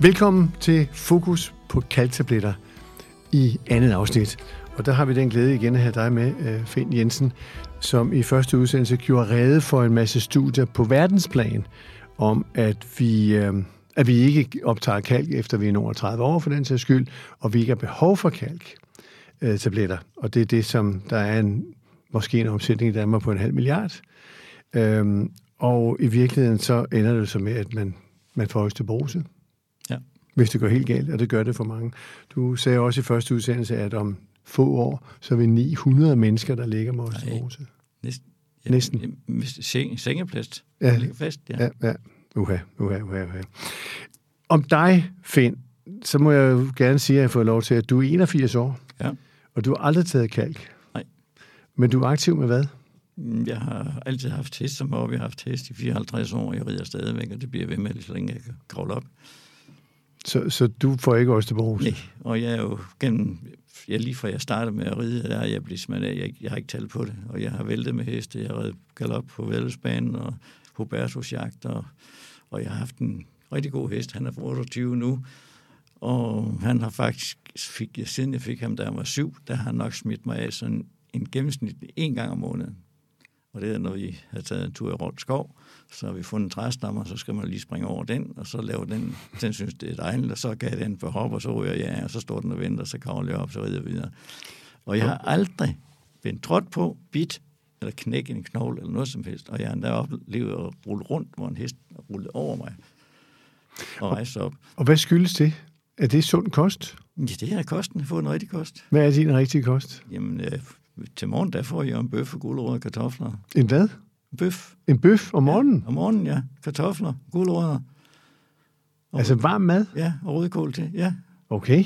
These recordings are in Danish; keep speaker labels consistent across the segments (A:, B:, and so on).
A: Velkommen til Fokus på kalktabletter i andet afsnit. Og der har vi den glæde igen at have dig med, øh, Finn Jensen, som i første udsendelse gjorde rede for en masse studier på verdensplan om, at vi, øh, at vi ikke optager kalk, efter vi er over 30 år for den sags skyld, og vi ikke har behov for kalk øh, tabletter. Og det er det, som der er en, måske en omsætning i Danmark på en halv milliard. Øhm, og i virkeligheden så ender det så med, at man, man får osteoporose.
B: Ja.
A: Hvis det går helt galt, og det gør det for mange. Du sagde også i første udsendelse, at om få år, så vil 900 mennesker, der ligger med osteoporose.
B: Næsten.
A: Næsten.
B: Jamen, hvis- Seng, sengeplads.
A: Ja.
B: Ja. Ligger fast, ja.
A: Ja, ja. Uha, uha, uha, uha. Om dig, Finn, så må jeg jo gerne sige, at jeg har fået lov til, at du er 81 år,
B: ja.
A: og du har aldrig taget kalk.
B: Nej.
A: Men du er aktiv med hvad?
B: Mm, Jeg har altid haft test, som op. Jeg har haft test i 54 år. Jeg rider stadigvæk, og det bliver jeg ved med, lige så længe jeg kan kravle op.
A: Så, så du får ikke osteoporose?
B: Nej. Og jeg er jo gennem... Jeg, lige fra jeg startede med at ride, der er jeg blevet smidt af. Jeg, jeg har ikke talt på det. Og jeg har væltet med heste. Jeg har reddet galop på Vældesbanen og Hubertusjagt. Og, og jeg har haft en rigtig god hest. Han er 28 nu. Og han har faktisk, fik, jeg, siden jeg fik ham, da han var syv, der har han nok smidt mig af sådan en gennemsnitlig en gang om måneden. Og det er, når vi har taget en tur i Rold Skov, så har vi fundet en træstammer, så skal man lige springe over den, og så lave den. Den synes, det er dejligt, og så gav jeg den for hop, og så ryger jeg, af, og så står den og venter, så kravler jeg op, så rider jeg videre. Og jeg har aldrig blevet trådt på, bit, eller knækket en knogle, eller noget som helst. Og jeg har endda oplevet at rulle rundt, hvor en hest rullede over mig og rejse op.
A: Og hvad skyldes det? Er det sund kost?
B: Ja, det er kosten. Få en rigtig kost.
A: Hvad er din rigtige kost?
B: Jamen, øh, til morgen, der får jeg en bøf og gulerødder og kartofler.
A: En hvad?
B: Bøf
A: En bøf om morgenen?
B: om morgenen, ja. Kartofler, gulerødder,
A: Ja. Altså varm mad?
B: ja, og rødkål til. Ja,
A: Okay.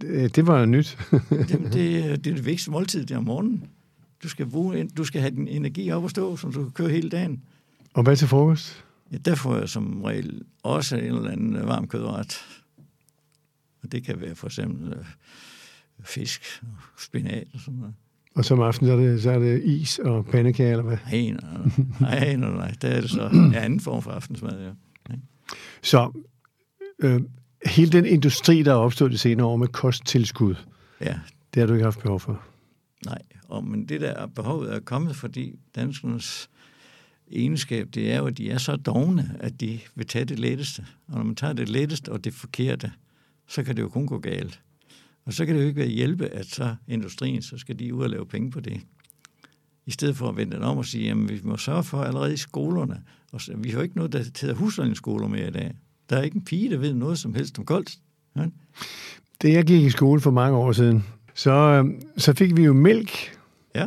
A: Det, det var jo nyt.
B: Jamen, det, er- det er det vigtigste måltid, det er om morgenen. Du skal, bruge, en- du skal have din energi op at stå, som du kan køre hele dagen.
A: Og hvad til frokost?
B: Ja, der får jeg som regel også en eller anden øh, varm kødret. Og det kan være for eksempel øh, fisk og spinat og sådan noget.
A: Og som aften, så er det, så er det is og pandekager, eller hvad?
B: Nej, nej, nej. nej, nej, nej. Der er det så en anden form for aftensmad, ja.
A: Så øh, hele den industri, der er opstået de senere år med kosttilskud,
B: Ja,
A: det har du ikke haft behov for.
B: Nej, og, men det der behovet er kommet, fordi danskernes egenskab, det er jo, at de er så dogne, at de vil tage det letteste. Og når man tager det letteste og det forkerte, så kan det jo kun gå galt. Og så kan det jo ikke være hjælpe, at så industrien, så skal de ud og lave penge på det. I stedet for at vende den om og sige, jamen vi må sørge for allerede i skolerne. Og så, vi har jo ikke noget, der hedder husholdningsskoler mere i dag. Der er ikke en pige, der ved noget som helst om koldt. Ja?
A: Da jeg gik i skole for mange år siden, så, øh, så fik vi jo mælk.
B: ja.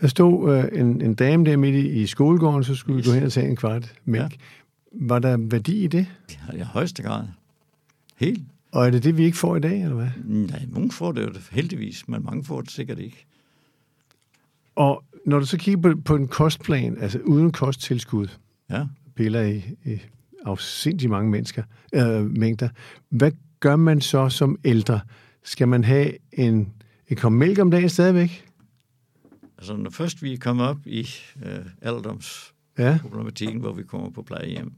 A: Der stod øh, en, en dame der midt i, i skolegården, så skulle vi gå hen og tage en kvart mælk. Ja. Var der værdi i det?
B: Det har jeg i højeste grad. Helt
A: Og er det det, vi ikke får i dag, eller hvad?
B: Nej, nogen får det jo heldigvis, men mange får det sikkert ikke.
A: Og når du så kigger på, på en kostplan, altså uden kosttilskud,
B: Ja.
A: piller i, i afsindig mange mennesker, øh, mængder, hvad gør man så som ældre? Skal man have en, en kop mælk om dagen stadigvæk?
B: Altså, når først vi kommer op i øh, alderdomsproblematikken,
A: Ja,
B: hvor vi kommer på plejehjem,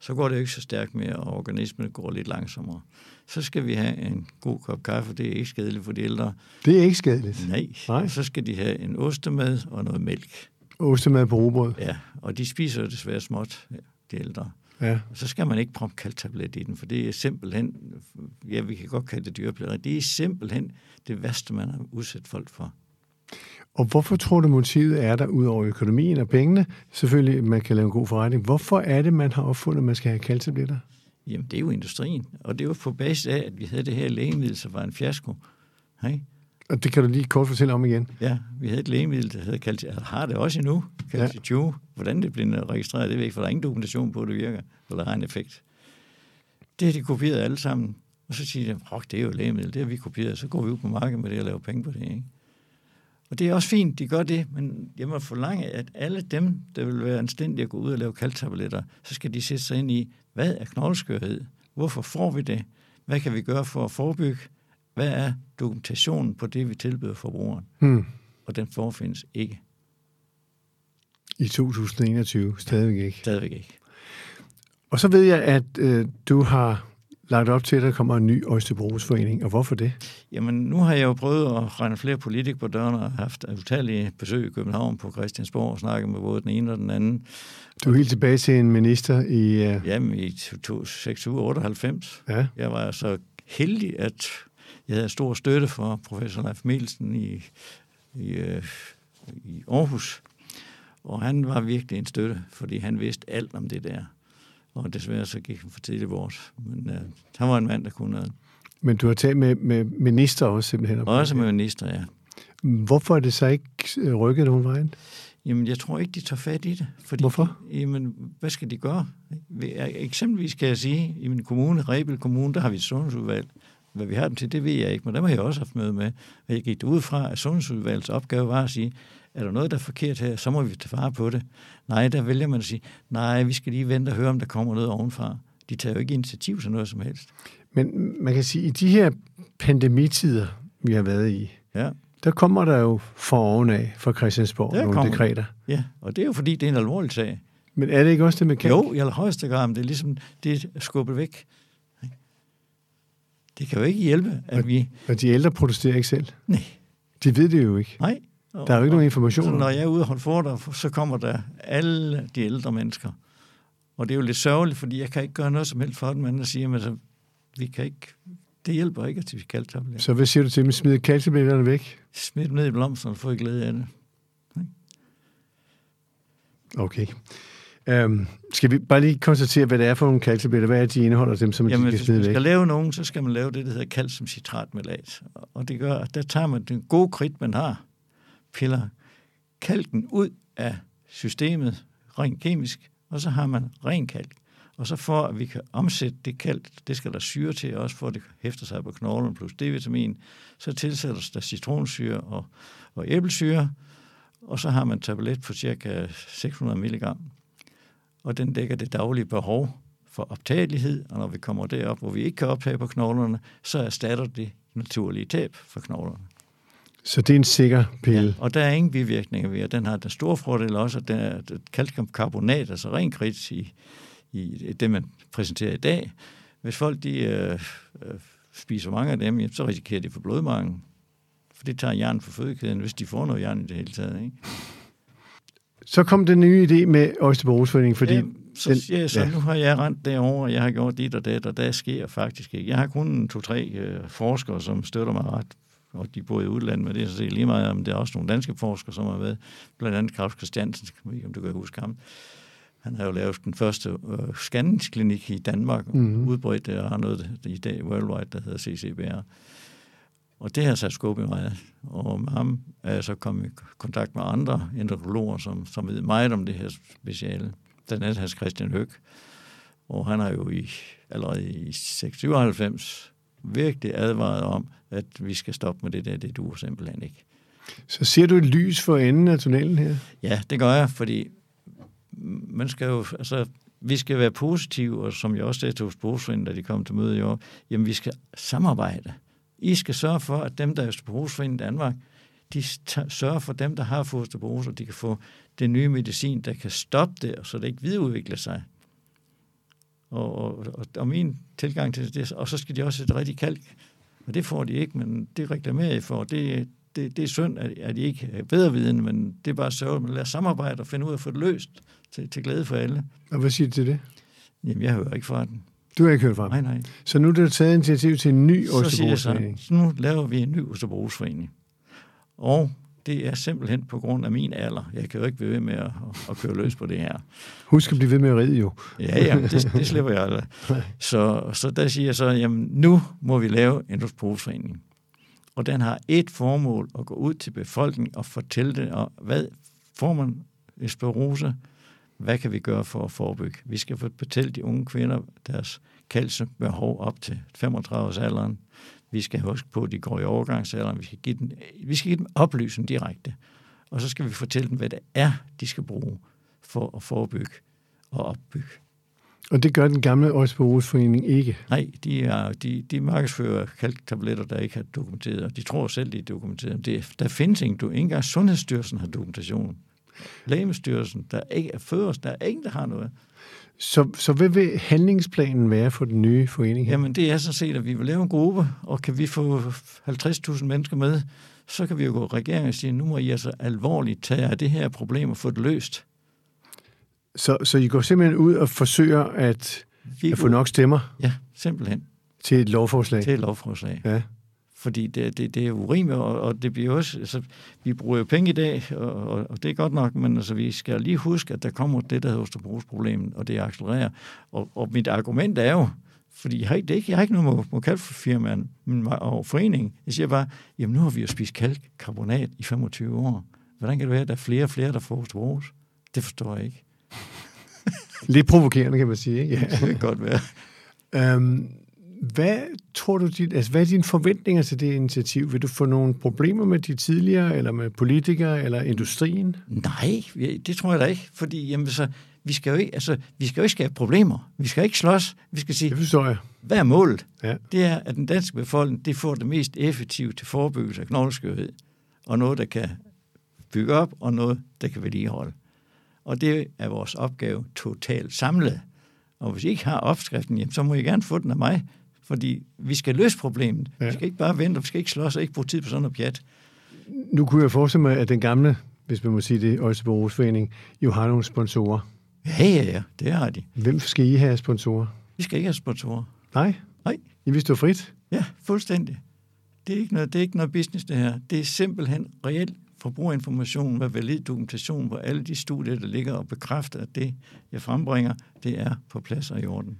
B: så går det jo ikke så stærkt mere, og organismen går lidt langsommere. Så skal vi have en god kop kaffe, det er ikke skadeligt for de ældre.
A: det er ikke skadeligt.
B: Nej,
A: Nej.
B: Og så skal de have en ostemad og noget mælk.
A: Ostemad på robrød.
B: Ja, og de spiser jo desværre småt, de ældre.
A: Ja.
B: Og så skal man ikke proppe kalktablet i den, for det er simpelthen, ja, vi kan godt kalde det dyreplageri, det er simpelthen det værste, man har udsat folk for.
A: Og hvorfor tror du, motivet er der, ud over økonomien og pengene? Selvfølgelig, at man kan lave en god forretning. Hvorfor er det, man har opfundet, at man skal have kaltabletter?
B: Jamen, det er jo industrien. Og det var på basis af, at vi havde det her lægemiddel, som var en fiasko. Hey?
A: Og det kan du lige kort fortælle om igen.
B: Ja, vi havde et lægemiddel, der hedder kalci- eller har det også endnu, calcitio. Ja. Hvordan det blev registreret, det ved jeg ikke, for der er ingen dokumentation på, at det virker, eller har en effekt. Det har de kopieret alle sammen. Og så siger de, at det er jo et lægemiddel, det har vi kopieret, så går vi ud på markedet med det og laver penge på det. Ikke? Og det er også fint, de gør det, men jeg må forlange, at alle dem, der vil være anstændige at gå ud og lave kaldtabletter, så skal de sætte sig ind i, hvad er knogleskørhed? Hvorfor får vi det? Hvad kan vi gøre for at forebygge? Hvad er dokumentationen på det, vi tilbyder forbrugeren?
A: Hmm.
B: og den forfindes ikke.
A: I 2021, stadigvæk ikke.
B: Stadigvæk ikke.
A: Og så ved jeg, at øh, du har lagt op til, at der kommer en ny Østerbrugsforening, og hvorfor det?
B: Jamen, nu har jeg jo prøvet at rende flere politikere på døren og haft utallige besøg i København på Christiansborg og snakket med både den ene og den anden.
A: Du er helt tilbage til en minister i... øh,
B: Jamen, i 6 uger 98.
A: Ja,
B: Jeg var så heldig, at jeg havde stor støtte fra professor Leif Mielsen i, i, øh, i Aarhus. Og han var virkelig en støtte, fordi han vidste alt om det der. Og desværre så gik han for tidligt bort. Men øh, han var en mand, der kunne noget.
A: men du har talt med, med minister også simpelthen. om
B: Også
A: det.
B: med minister, ja.
A: Hvorfor er det så ikke øh, rykket nogen vejen?
B: Jamen, jeg tror ikke, de tager fat i det. Fordi,
A: Hvorfor?
B: Jamen, hvad skal de gøre? Vi- Eksempelvis kan jeg sige, i min kommune, Rebel Kommune, der har vi et sundhedsudvalg. Hvad vi har dem til, det ved jeg ikke, men dem har jeg også haft møde med. Og jeg gik ud fra, at sundhedsudvalgets opgave var at sige, er der noget, der er forkert her, så må vi tage fare på det. Nej, der vælger man at sige, nej, vi skal lige vente og høre, om der kommer noget ovenfra. De tager jo ikke initiativ til noget som helst.
A: Men man kan sige, at i de her pandemitider, vi har været i,
B: Ja,
A: der kommer der jo for oven af fra Christiansborg
B: Der
A: nogle
B: kommer-
A: dekreter.
B: ja. og det er jo fordi, det er en alvorlig sag.
A: Men er det ikke også det med kalk?
B: Jo, i allerhøjeste grad, men det er ligesom, det er skubbet væk. ikke? Det kan jo ikke hjælpe, at vi...
A: Og de ældre protesterer ikke selv.
B: Nej,
A: De ved det jo ikke.
B: nej.
A: Der er jo ikke nogen
B: Så
A: information. om
B: når
A: det.
B: jeg er ude og holde foredrag, så kommer der alle de ældre mennesker. Og det er jo lidt sørgeligt, fordi jeg kan ikke gøre noget som helst for dem, men siger, men så, vi kan ikke, det hjælper ikke, at vi kan kalde
A: Så hvad siger du til dem? Smider kalkebilletterne væk?
B: Smid dem ned i blomsterne, få I glæde af det.
A: Okay. Øhm, skal vi bare lige konstatere, hvad det er for nogle kalkebilletter? Hvad er de indeholder dem, som
B: Jamen,
A: de kan
B: hvis
A: smide
B: man
A: væk?
B: skal lave nogen, så skal man lave det, der hedder calciumcitratmelat. Og det gør, at der tager man den gode kridt, man har, piller kalken ud af systemet, rent kemisk, og så har man ren kalk. Og så for, at vi kan omsætte det kalk, det skal der syre til, også for at det hæfter sig på knoglen plus D-vitamin, så tilsættes der citronsyre og, og æblesyre, og så har man en tablet på cirka 600 milligram og den dækker det daglige behov for optagelighed, og når vi kommer derop, hvor vi ikke kan optage på knoglerne, så erstatter det naturlige tab for knoglerne.
A: Så det er en sikker pille. Ja.
B: Og der er ingen bivirkninger ved, og den har den store fordel også, at den er at kalciumkarbonat, altså ren kridt i, i det, man præsenterer i dag. Hvis folk de, øh, øh, spiser mange af dem, jamen, så risikerer de for blodmangel. For det tager jern fra fødekæden, hvis de får noget jern i det hele taget. Ikke?
A: Så kom den nye idé med Østerbrugsforeningen, fordi...
B: Jamen, så
A: den-
B: siger jeg så,
A: ja.
B: ja. nu har jeg rent derovre, og jeg har gjort dit og dat, og der sker faktisk ikke. Jeg har kun to-tre øh, forskere, som støtter mig ret, og de bor i udlandet, men det er sådan set lige meget, om det er også nogle danske forskere, som har været, blandt andet Claus Christiansen, jeg ved ikke, om du kan huske ham. Han har jo lavet den første øh, scanningsklinik i
A: Mm.
B: Danmark,
A: Mhm.
B: mm-hmm. udbredt det, og har noget i dag worldwide, der hedder CCBR. Og det har sat skub i mig. Og med ham er jeg så kommet i kontakt med andre endokologer, som, som ved meget om det her speciale. Den er Hans Christian Høg. Og han har jo i, allerede i 96 virkelig advaret om, at vi skal stoppe med det der, det duer simpelthen ikke.
A: Så ser du et lys for enden af tunnelen her?
B: Ja, det gør jeg, fordi man skal jo, altså, vi skal være positive, og som jeg også sagde til Husbrugsforeningen, da de kom til møde i år, jamen vi skal samarbejde. I skal sørge for, at dem, der er Husbrugsforeningen i Danmark, de ta- sørger for dem, der har fosterbruse, og de kan få den nye medicin, der kan stoppe det, og så det ikke videreudvikler sig. Og, og, og, og min tilgang til det, og så skal de også have et rigtigt kalk, og det får de ikke, men det reklamerer I for. Det, det, det er synd, at, at I ikke er bedre viden, men det er bare sørgeligt. Men lad os samarbejde og finde ud af at få det løst til, til glæde for alle.
A: Og hvad siger du til det?
B: Jamen, jeg hører ikke fra den.
A: Du har ikke hørt fra dem.
B: Nej, nej.
A: Så nu er der taget initiativ til en ny
B: Så siger jeg så,
A: Østerbrugsforening.
B: nu laver vi en ny Østerbrugsforening. Og det er simpelthen på grund af min alder. Jeg kan jo ikke blive ved med at, at køre løs på det her.
A: Husk at blive ved med at ride jo.
B: Ja, ja, det, det slipper jeg aldrig. Så, så der siger jeg så, jamen nu må vi lave en brugsforening. Og den har et formål at gå ud til befolkningen og fortælle det, og hvad får man esperose? Hvad kan vi gøre for at forebygge? Vi skal fortælle de unge kvinder deres kalciumbehov op til 35 års alderen. Vi skal huske på, at de går i overgangsalderen. Vi skal give dem, vi skal give dem oplysning direkte. Og så skal vi fortælle dem, hvad det er, de skal bruge for at forebygge og opbygge.
A: Og det gør den gamle Østerbrugsforening ikke.
B: Nej, de, er, de, de markedsfører kalktabletter, der ikke er dokumenteret, og de tror selv, de er dokumenteret. Det, der findes ikke, du, ikke engang Sundhedsstyrelsen har dokumentation. Lægemestyrelsen, der ikke er først, der er ingen, der har noget.
A: Så, så hvad vil handlingsplanen være for den nye forening her?
B: Jamen, det er sådan set, at vi vil lave en gruppe, og kan vi få 50.000 mennesker med, så kan vi jo gå regeringen og sige, nu må I altså alvorligt tage af det her problem og få det løst.
A: Så, så I går simpelthen ud og forsøger at,
B: Vi
A: at få nok stemmer
B: Ja, simpelthen.
A: til et lovforslag?
B: Til et lovforslag.
A: Ja.
B: fordi det, det, det er urimeligt, og, og det bliver også, altså, vi bruger jo penge i dag, og, og, og det er godt nok, men altså, vi skal lige huske, at der kommer det, der hedder Østerbrugsproblemet, og det accelererer. Og, og mit argument er jo, fordi jeg har ikke, det er ikke, jeg har ikke noget med, med kalkfirmaen men, mig- og foreningen. Jeg siger bare, jamen nu har vi jo spist kalkkarbonat i 25 år. Hvordan kan det være, at der er flere og flere, der får osteoporose? Det forstår jeg ikke.
A: Lidt provokerende, kan man sige. Ikke?
B: Det kan godt være.
A: Ja. Øhm, hvad tror du, dit, altså, hvad er dine forventninger til det initiativ? Vil du få nogle problemer med de tidligere, eller med politikere, eller industrien?
B: Nej, vi- det tror jeg da ikke, fordi jamen, så, vi, skal jo ikke, altså, vi skal jo ikke skabe problemer. Vi skal ikke slås. Vi skal sige,
A: Det forstår jeg.
B: Hvad er målet?
A: Ja.
B: Det er, at den danske befolkning det får det mest effektive til forebyggelse af knogleskørhed, og noget, der kan bygge op, og noget, der kan vedligeholde. Og det er vores opgave totalt samlet. Og hvis I ikke har opskriften, jamen, så må I gerne få den af mig, fordi vi skal løse problemet. Ja.
A: Ja.
B: Vi skal ikke bare vente, og vi skal ikke slås og ikke bruge tid på sådan noget pjat.
A: Nu kunne jeg forestille mig, at den gamle, hvis man må sige det, Aalborg Forening, jo har nogle sponsorer.
B: Ja, ja, ja, det har de.
A: Hvem skal I have af sponsorer?
B: Vi skal ikke have sponsorer.
A: Nej,
B: Nej,
A: I vil stå frit.
B: Ja, fuldstændig. Det er ikke noget, det er ikke noget business, det her. Det er simpelthen reelt forbrugerinformation med valid dokumentation, hvor alle de studier, der ligger og bekræfter, at det, jeg frembringer, det er på plads og i orden.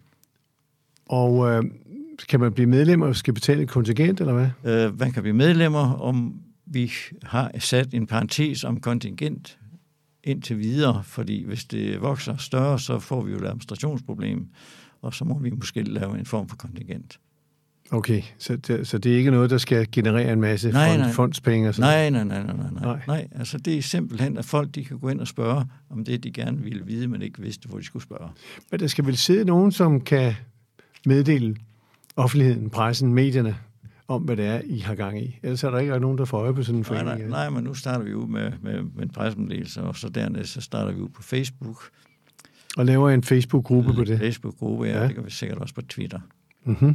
A: Og øh, kan man blive medlem og skal betale et kontingent, eller hvad?
B: Øh, man kan blive medlemmer, om vi har sat en parentes om kontingent indtil videre, fordi hvis det vokser større, så får vi jo et administrationsproblem, og så må vi måske lave en form for kontingent.
A: Okay, så det, så det er ikke noget, der skal generere en masse
B: Nej,
A: fond,
B: nej.
A: fondspenge og sådan
B: Nej, nej, nej, nej, nej, nej.
A: Nej.
B: Nej, altså det er simpelthen, at folk de kan gå ind og spørge om det, de gerne ville vide, men ikke vidste, hvor de skulle spørge.
A: Men der skal vel sidde nogen, som kan meddele offentligheden, pressen, medierne, om hvad det er, I har gang i. Ellers er der ikke nogen, der får øje på sådan en
B: Nej,
A: forening.
B: nej,
A: her.
B: nej, men nu starter vi ud med, med, med en pressemeddelelse, og så dernæst så starter vi ud på Facebook.
A: øh, Og laver en Facebook-gruppe på det.
B: Facebook-gruppe, ja,
A: Ja.
B: ja. det kan vi sikkert også på Twitter.
A: Mm-hmm.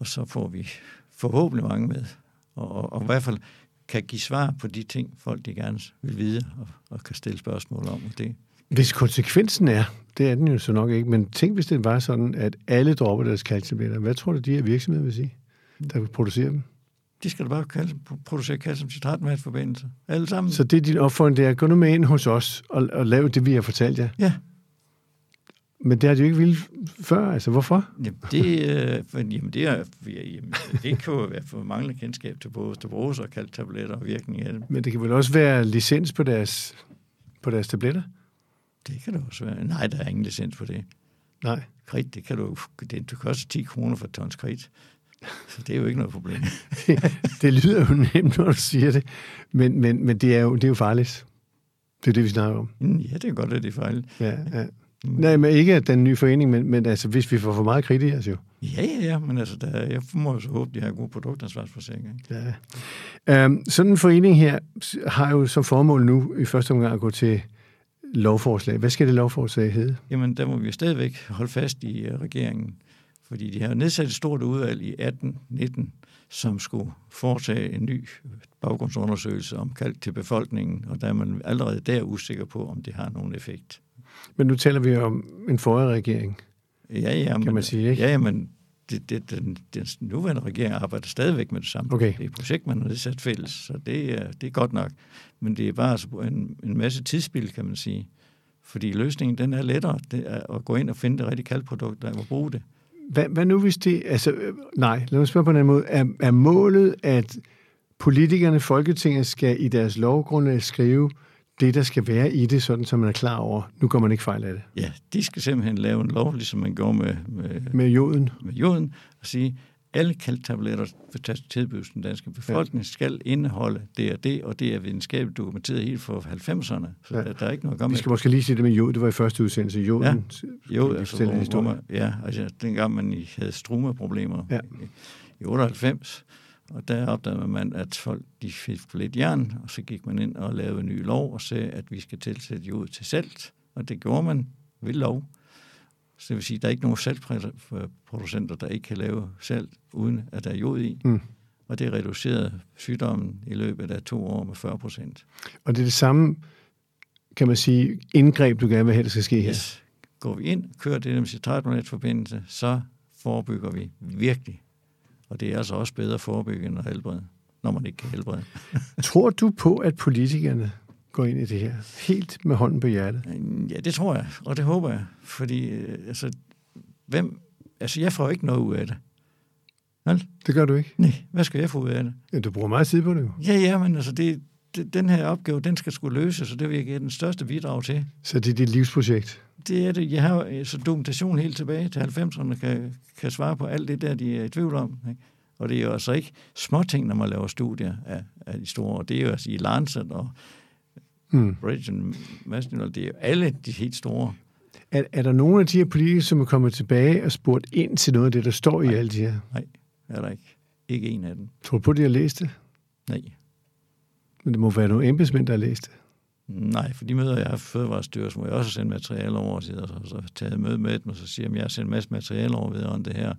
B: Og så får vi forhåbentlig mange med, og, og, og i hvert fald kan give svar på de ting, folk de gerne vil vide, og, og kan stille spørgsmål om. Og det,
A: Hvis konsekvensen er, det er den jo så nok ikke, men tænk, hvis det var sådan, at alle dropper deres kalktabletter. Hvad tror du, de her virksomheder vil sige, der vil producere dem?
B: de skal da bare kalde, producere kalcium citratmatforbindelser. Alle sammen.
A: Så det er din opfordring, det er, gå nu med ind hos os og, og lav det, vi har fortalt jer.
B: Ja.
A: Men det har de jo ikke ville før, altså hvorfor?
B: Jamen, det, øh, for, jamen, det, er, ja, jamen, det kan jo være for manglende kendskab til både osteoporose og kalktabletter og virkning af dem.
A: Men det kan vel også være licens på deres, på deres tabletter?
B: Det kan det også være. Nej, der er ingen licens på det.
A: Nej.
B: Kridt, det kan du det, du koster 10 kroner for et tons kridt. Så det er jo ikke noget problem.
A: Det lyder jo nemt, når du siger det, men, men, men det, er jo, det er jo farligt. Det er det, vi snakker om.
B: Mm, Ja, det er godt, at det er fejl.
A: Ja, ja. Nej, men ikke at den nye forening, men, men altså, hvis vi får for meget kritik, altså jo.
B: Ja, ja, ja, men altså, der, jeg må jo så håbe, de har gode produktansvarsforsikringer. ikke?
A: Ja. Øhm, sådan en forening her s- har jo som formål nu i første omgang at gå til lovforslag. Hvad skal det lovforslag hedde?
B: Jamen, der må vi jo stadigvæk holde fast i øh, regeringen, fordi de har jo nedsat et stort udvalg i 18-19, som skulle foretage en ny øh, baggrundsundersøgelse om kalk til befolkningen, og der er man allerede der usikker på, om det har nogen effekt.
A: Men nu taler vi om en forrige regering.
B: Ja, ja, men,
A: man sige, ikke?
B: Ja, ja, men det, det, den, den nuværende regering arbejder stadigvæk med det samme.
A: Okay.
B: Det er et projekt, man har nedsat fælles, så det er, det er godt nok. Men det er bare altså en, en masse tidsspil, kan man sige. Fordi løsningen, den er lettere det er at gå ind og finde det rigtige kalkprodukt, og bruge det.
A: Hvad, hvad nu hvis det... Altså, øh, nej, lad mig spørge på en anden måde. Er, er målet, at politikerne, Folketinget skal i deres lovgrundlag skrive det, der skal være i det, sådan som man er klar over, nu går man ikke fejl af det.
B: Ja, de skal simpelthen lave en lov, ligesom man gjorde med, med,
A: Med joden.
B: med joden, og sige, alle kalktabletter, der tilbydes den danske befolkning, ja. skal indeholde det og det, og det er videnskabeligt dokumenteret helt fra 90'erne. Så
A: Ja.
B: ja. der, der er ikke noget at gøre
A: Vi
B: med.
A: skal måske lige sige det med jod, det var i første udsendelse. Joden, ja.
B: Jo, altså,
A: fortælle en
B: hvor, hvor
A: historie.
B: man, ja, altså dengang man i- havde strumaproblemer
A: Ja.
B: i 98, Og der opdagede man, at folk de fik for lidt jern, og så gik man ind og lavede en ny lov og sagde, at vi skal tilsætte jod til salt, og det gjorde man ved lov. Så det vil sige, at der er ikke nogen saltproducenter, der ikke kan lave salt, uden at der er jod i.
A: Mm.
B: Og det reducerede sygdommen i løbet af to år med 40 procent.
A: Og det er det samme, kan man sige, indgreb, du gerne vil have, der skal ske her.
B: Yes. Går vi ind, kører det med citratmonatforbindelse, så forebygger vi virkelig. Og det er altså også bedre at forebygge end at helbrede, når man ikke kan helbrede.
A: Tror du på, at politikerne går ind i det her? Helt med hånden på hjertet.
B: Ja, det tror jeg, og det håber jeg. Fordi, øh, altså, hvem... Altså, jeg får jo ikke noget ud af det.
A: Det gør du ikke.
B: Nej, hvad skal jeg få ud af det?
A: Ja, du bruger meget tid på det jo.
B: Ja, ja, men altså, det, det, den her opgave, den skal skulle løses, og det vil jeg give den største bidrag til.
A: Så det er dit livsprojekt.
B: Det er det. Jeg har øh, så dokumentation helt tilbage til 90'erne, kan, kan svare på alt det der, de er i tvivl om. Ikke? Og det er jo altså ikke småting, når man laver studier af, af de store, og det er jo altså i Lancet og
A: Mm.
B: Britain National, det er jo alle de helt store.
A: Er, er der nogen af de her politikere, som er kommet tilbage og spurgt ind til noget af det, der står i alt det her?
B: Nej, er der ikke. Ikke en af dem.
A: Tror du på, de har læst det?
B: Nej.
A: Men det må være nogle embedsmænd, der har læst det.
B: Nej, for de møder, jeg har haft i Fødevarestyrelsen, hvor jeg også har sendt materiale over, og så, så, så taget et møde med dem, og så siger jeg, at jeg har sendt en masse materiale over vedrørende det her.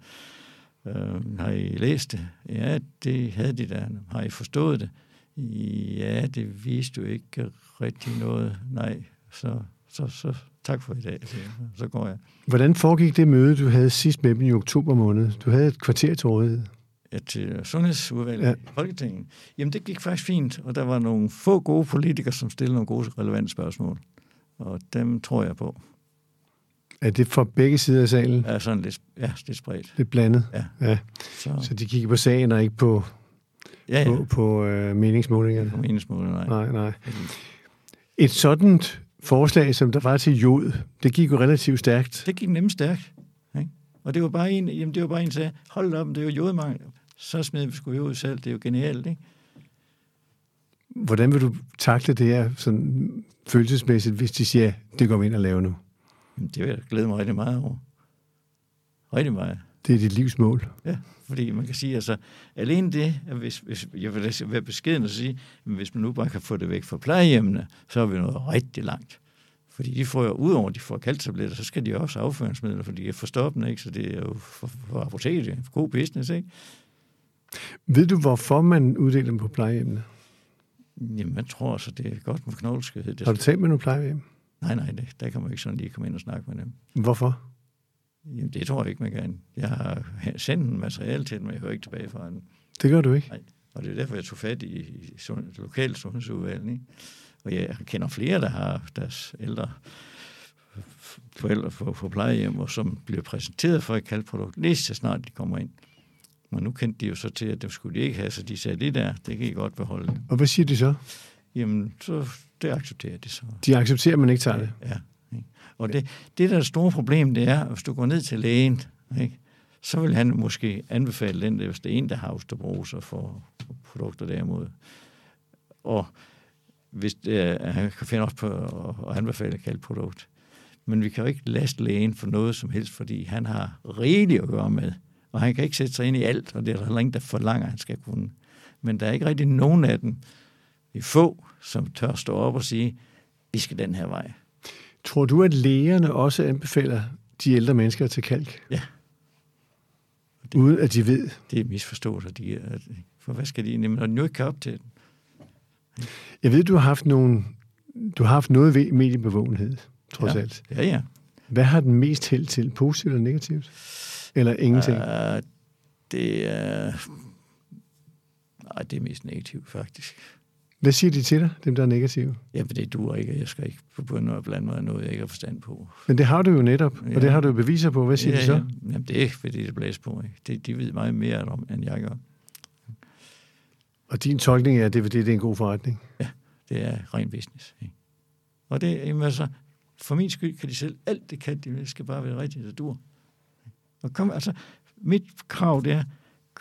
B: Øh, har I læst det? Ja, det havde de da. Har I forstået det? Ja, det viste jo ikke rigtig noget. Nej, så, så, så tak for i dag. siger jeg. Så går jeg.
A: Hvordan foregik det møde, du havde sidst med dem i oktober måned? Du havde et kvarter til rådighed.
B: Ja, til Sundhedsudvalget
A: Ja.
B: ja. i Folketinget. Jamen, det gik faktisk fint, og der var nogle få gode politikere, som stillede nogle gode, relevante spørgsmål. Og dem tror jeg på.
A: Er det fra begge sider af salen?
B: Er sådan lidt, ja, lidt spredt.
A: Lidt blandet?
B: Ja.
A: ja.
B: Så,
A: Så de kigger på sagen og ikke på,
B: ja, ja.
A: på, på øh, meningsmålingerne?
B: På en smule, nej.
A: Nej, nej. Et sådan forslag, som der var til jod, det gik jo relativt stærkt.
B: Det gik nemt stærkt. Ikke? Og det var bare en, jamen det var bare en, der sagde, hold da op, det er jo jodemangel. Så smed vi sgu jod selv, det er jo genialt, ikke?
A: Hvordan vil du takle det her sådan følelsesmæssigt, hvis de siger, det går vi ind og laver nu?
B: Jamen, det vil jeg glæde mig rigtig meget over. Rigtig meget.
A: Det er dit livsmål.
B: Ja, fordi man kan sige, altså, alene det, at hvis, hvis, jeg vil da være beskeden og sige, men hvis man nu bare kan få det væk fra plejehjemmene, så er vi nået rigtig langt. Fordi de får jo, udover at de får kalktabletter, så skal de også have afføringsmidler, fordi de er forstoppende, ikke? Så det er jo for, for apoteket, god business, ikke?
A: Ved du, hvorfor man uddeler dem på plejehjemmene?
B: Jamen, man tror altså, det er godt med knogleskødhed. Det
A: Har du talt med nogle plejehjem?
B: Nej, nej, det, der kan man ikke sådan lige komme ind og snakke med dem.
A: Hvorfor?
B: Jamen, det tror jeg ikke, man kan. Jeg har sendt en materiale til dem, og jeg hører ikke tilbage fra den.
A: Det gør du ikke.
B: Og det er derfor, jeg tog fat i, i sund, lokal sundhedsudvalg. Ikke? Og jeg kender flere, der har deres ældre forældre på, på plejehjem, og som bliver præsenteret for et kalkprodukt, lige så snart de kommer ind. Men nu kendte de jo så til, at det skulle de ikke have, så de sagde, det der, det kan I godt beholde.
A: Og hvad siger de så?
B: Jamen, så det accepterer de så.
A: De accepterer, at man ikke tager det.
B: Ja. ikke? Og det, det, der er det store problem, det er, at hvis du går ned til lægen, ikke, så vil han måske anbefale den, der, hvis det er en, der har osteoporose for produkter derimod. Og hvis det, er- han kan finde op på at, at anbefale et kaldt produkt. Men vi kan jo ikke laste lægen for noget som helst, fordi han har rigeligt at gøre med, og han kan ikke sætte sig ind i alt, og det er der heller ingen, der forlanger, at han skal kunne. Men der er ikke rigtig nogen af dem, i få, som tør stå op og sige, vi skal den her vej.
A: Tror du, at lægerne også anbefaler de ældre mennesker til kalk?
B: Ja.
A: Uden at de ved.
B: Det er misforståelser, de er. For hvad skal de egentlig, når de nu ikke kan op til den?
A: Jeg ved, du har haft, nogle, du har haft noget ved mediebevågenhed, trods
B: Ja.
A: alt.
B: Ja, ja.
A: Hvad har den mest held til? Positivt eller negativt? Eller ingenting?
B: Uh, det er... Nej, det er mest negativt, faktisk.
A: Hvad siger de til dig, dem der er negative?
B: Jamen, det duer ikke, og jeg skal ikke begynde at blande mig i noget, jeg ikke har forstand på.
A: Men det har du jo netop, ja.
B: Ja.
A: og det har du jo beviser på. Hvad siger
B: ja,
A: de så?
B: Ja. Jamen, det er ikke, fordi det blæser på mig. Det, de ved meget mere om, end jeg gør.
A: Og din tolkning er, at det er fordi, det er en god forretning.
B: Det er ren business. Ikke? Og det, jamen, altså, for min skyld kan de selv alt det kan, de vil. det skal bare være rigtigt, det dur. Og kom, altså, mit krav det er,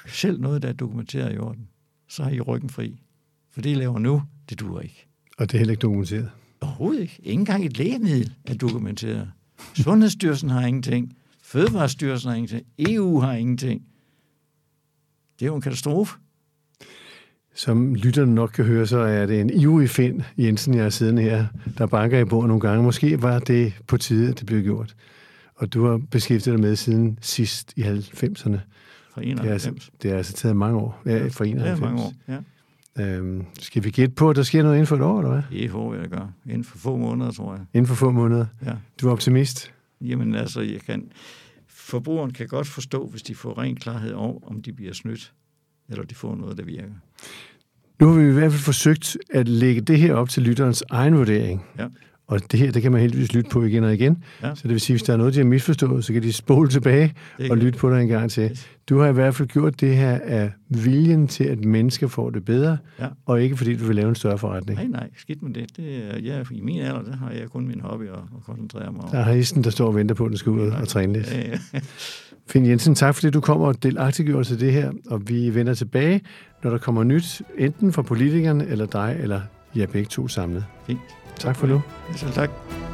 B: selv noget, der er dokumenteret i orden, så har I ryggen fri. For det, I laver nu, det duer ikke.
A: Og det er heller ikke dokumenteret.
B: Overhovedet ikke. Ikke engang et lægemiddel er dokumenteret. Sundhedsstyrelsen har ingenting. E Fødevarestyrelsen har ingenting. EU har ingenting. Det er jo en katastrofe.
A: Som lytterne nok kan høre, så er det en ivrig Finn Jensen, jeg er siddende her, der banker i bordet nogle gange. Måske var det på tide, at det blev gjort. Og du har beskæftiget dig med siden sidst i 90'erne.
B: Fra
A: Det er,
B: 91.
A: altså, det er altså taget mange år. Ja, for 91.
B: Ja, mange år. Ja.
A: Øhm, skal vi gætte på, at der sker noget inden for et år, eller hvad?
B: Det håber E jeg, der gør. Inden for få måneder, tror jeg.
A: Inden for få måneder.
B: Ja.
A: Du er optimist.
B: Jamen altså, jeg kan... Forbrugeren kan godt forstå, hvis de får ren klarhed over, om de bliver snydt, eller de får noget, der virker.
A: Nu har vi i hvert fald forsøgt at lægge det her op til lytterens egen vurdering.
B: Ja.
A: Og det her, det kan man heldigvis lytte på igen og igen.
B: Ja.
A: Så det vil sige, hvis der er noget, de har misforstået, så kan de spole tilbage
B: Det
A: og
B: kan-
A: lytte på dig en gang til.
B: Yes.
A: Du har i hvert fald gjort det her af viljen til, at mennesker får det bedre,
B: Ja.
A: og ikke fordi du vil lave en større forretning.
B: Nej, nej, skidt med det. det er, jeg, I min alder, der har jeg kun min hobby at, at koncentrere mig om.
A: Der er hesten, der står og venter på, at den skal ud og træne lidt.
B: Ja, ja.
A: Finn Jensen, tak fordi du kommer og delagtiggjorde os i det her, og vi vender tilbage, når der kommer nyt, enten fra politikerne eller dig, eller jer begge to samlet.
B: Fint.
A: Tak for nu.
B: Ja, Selv tak.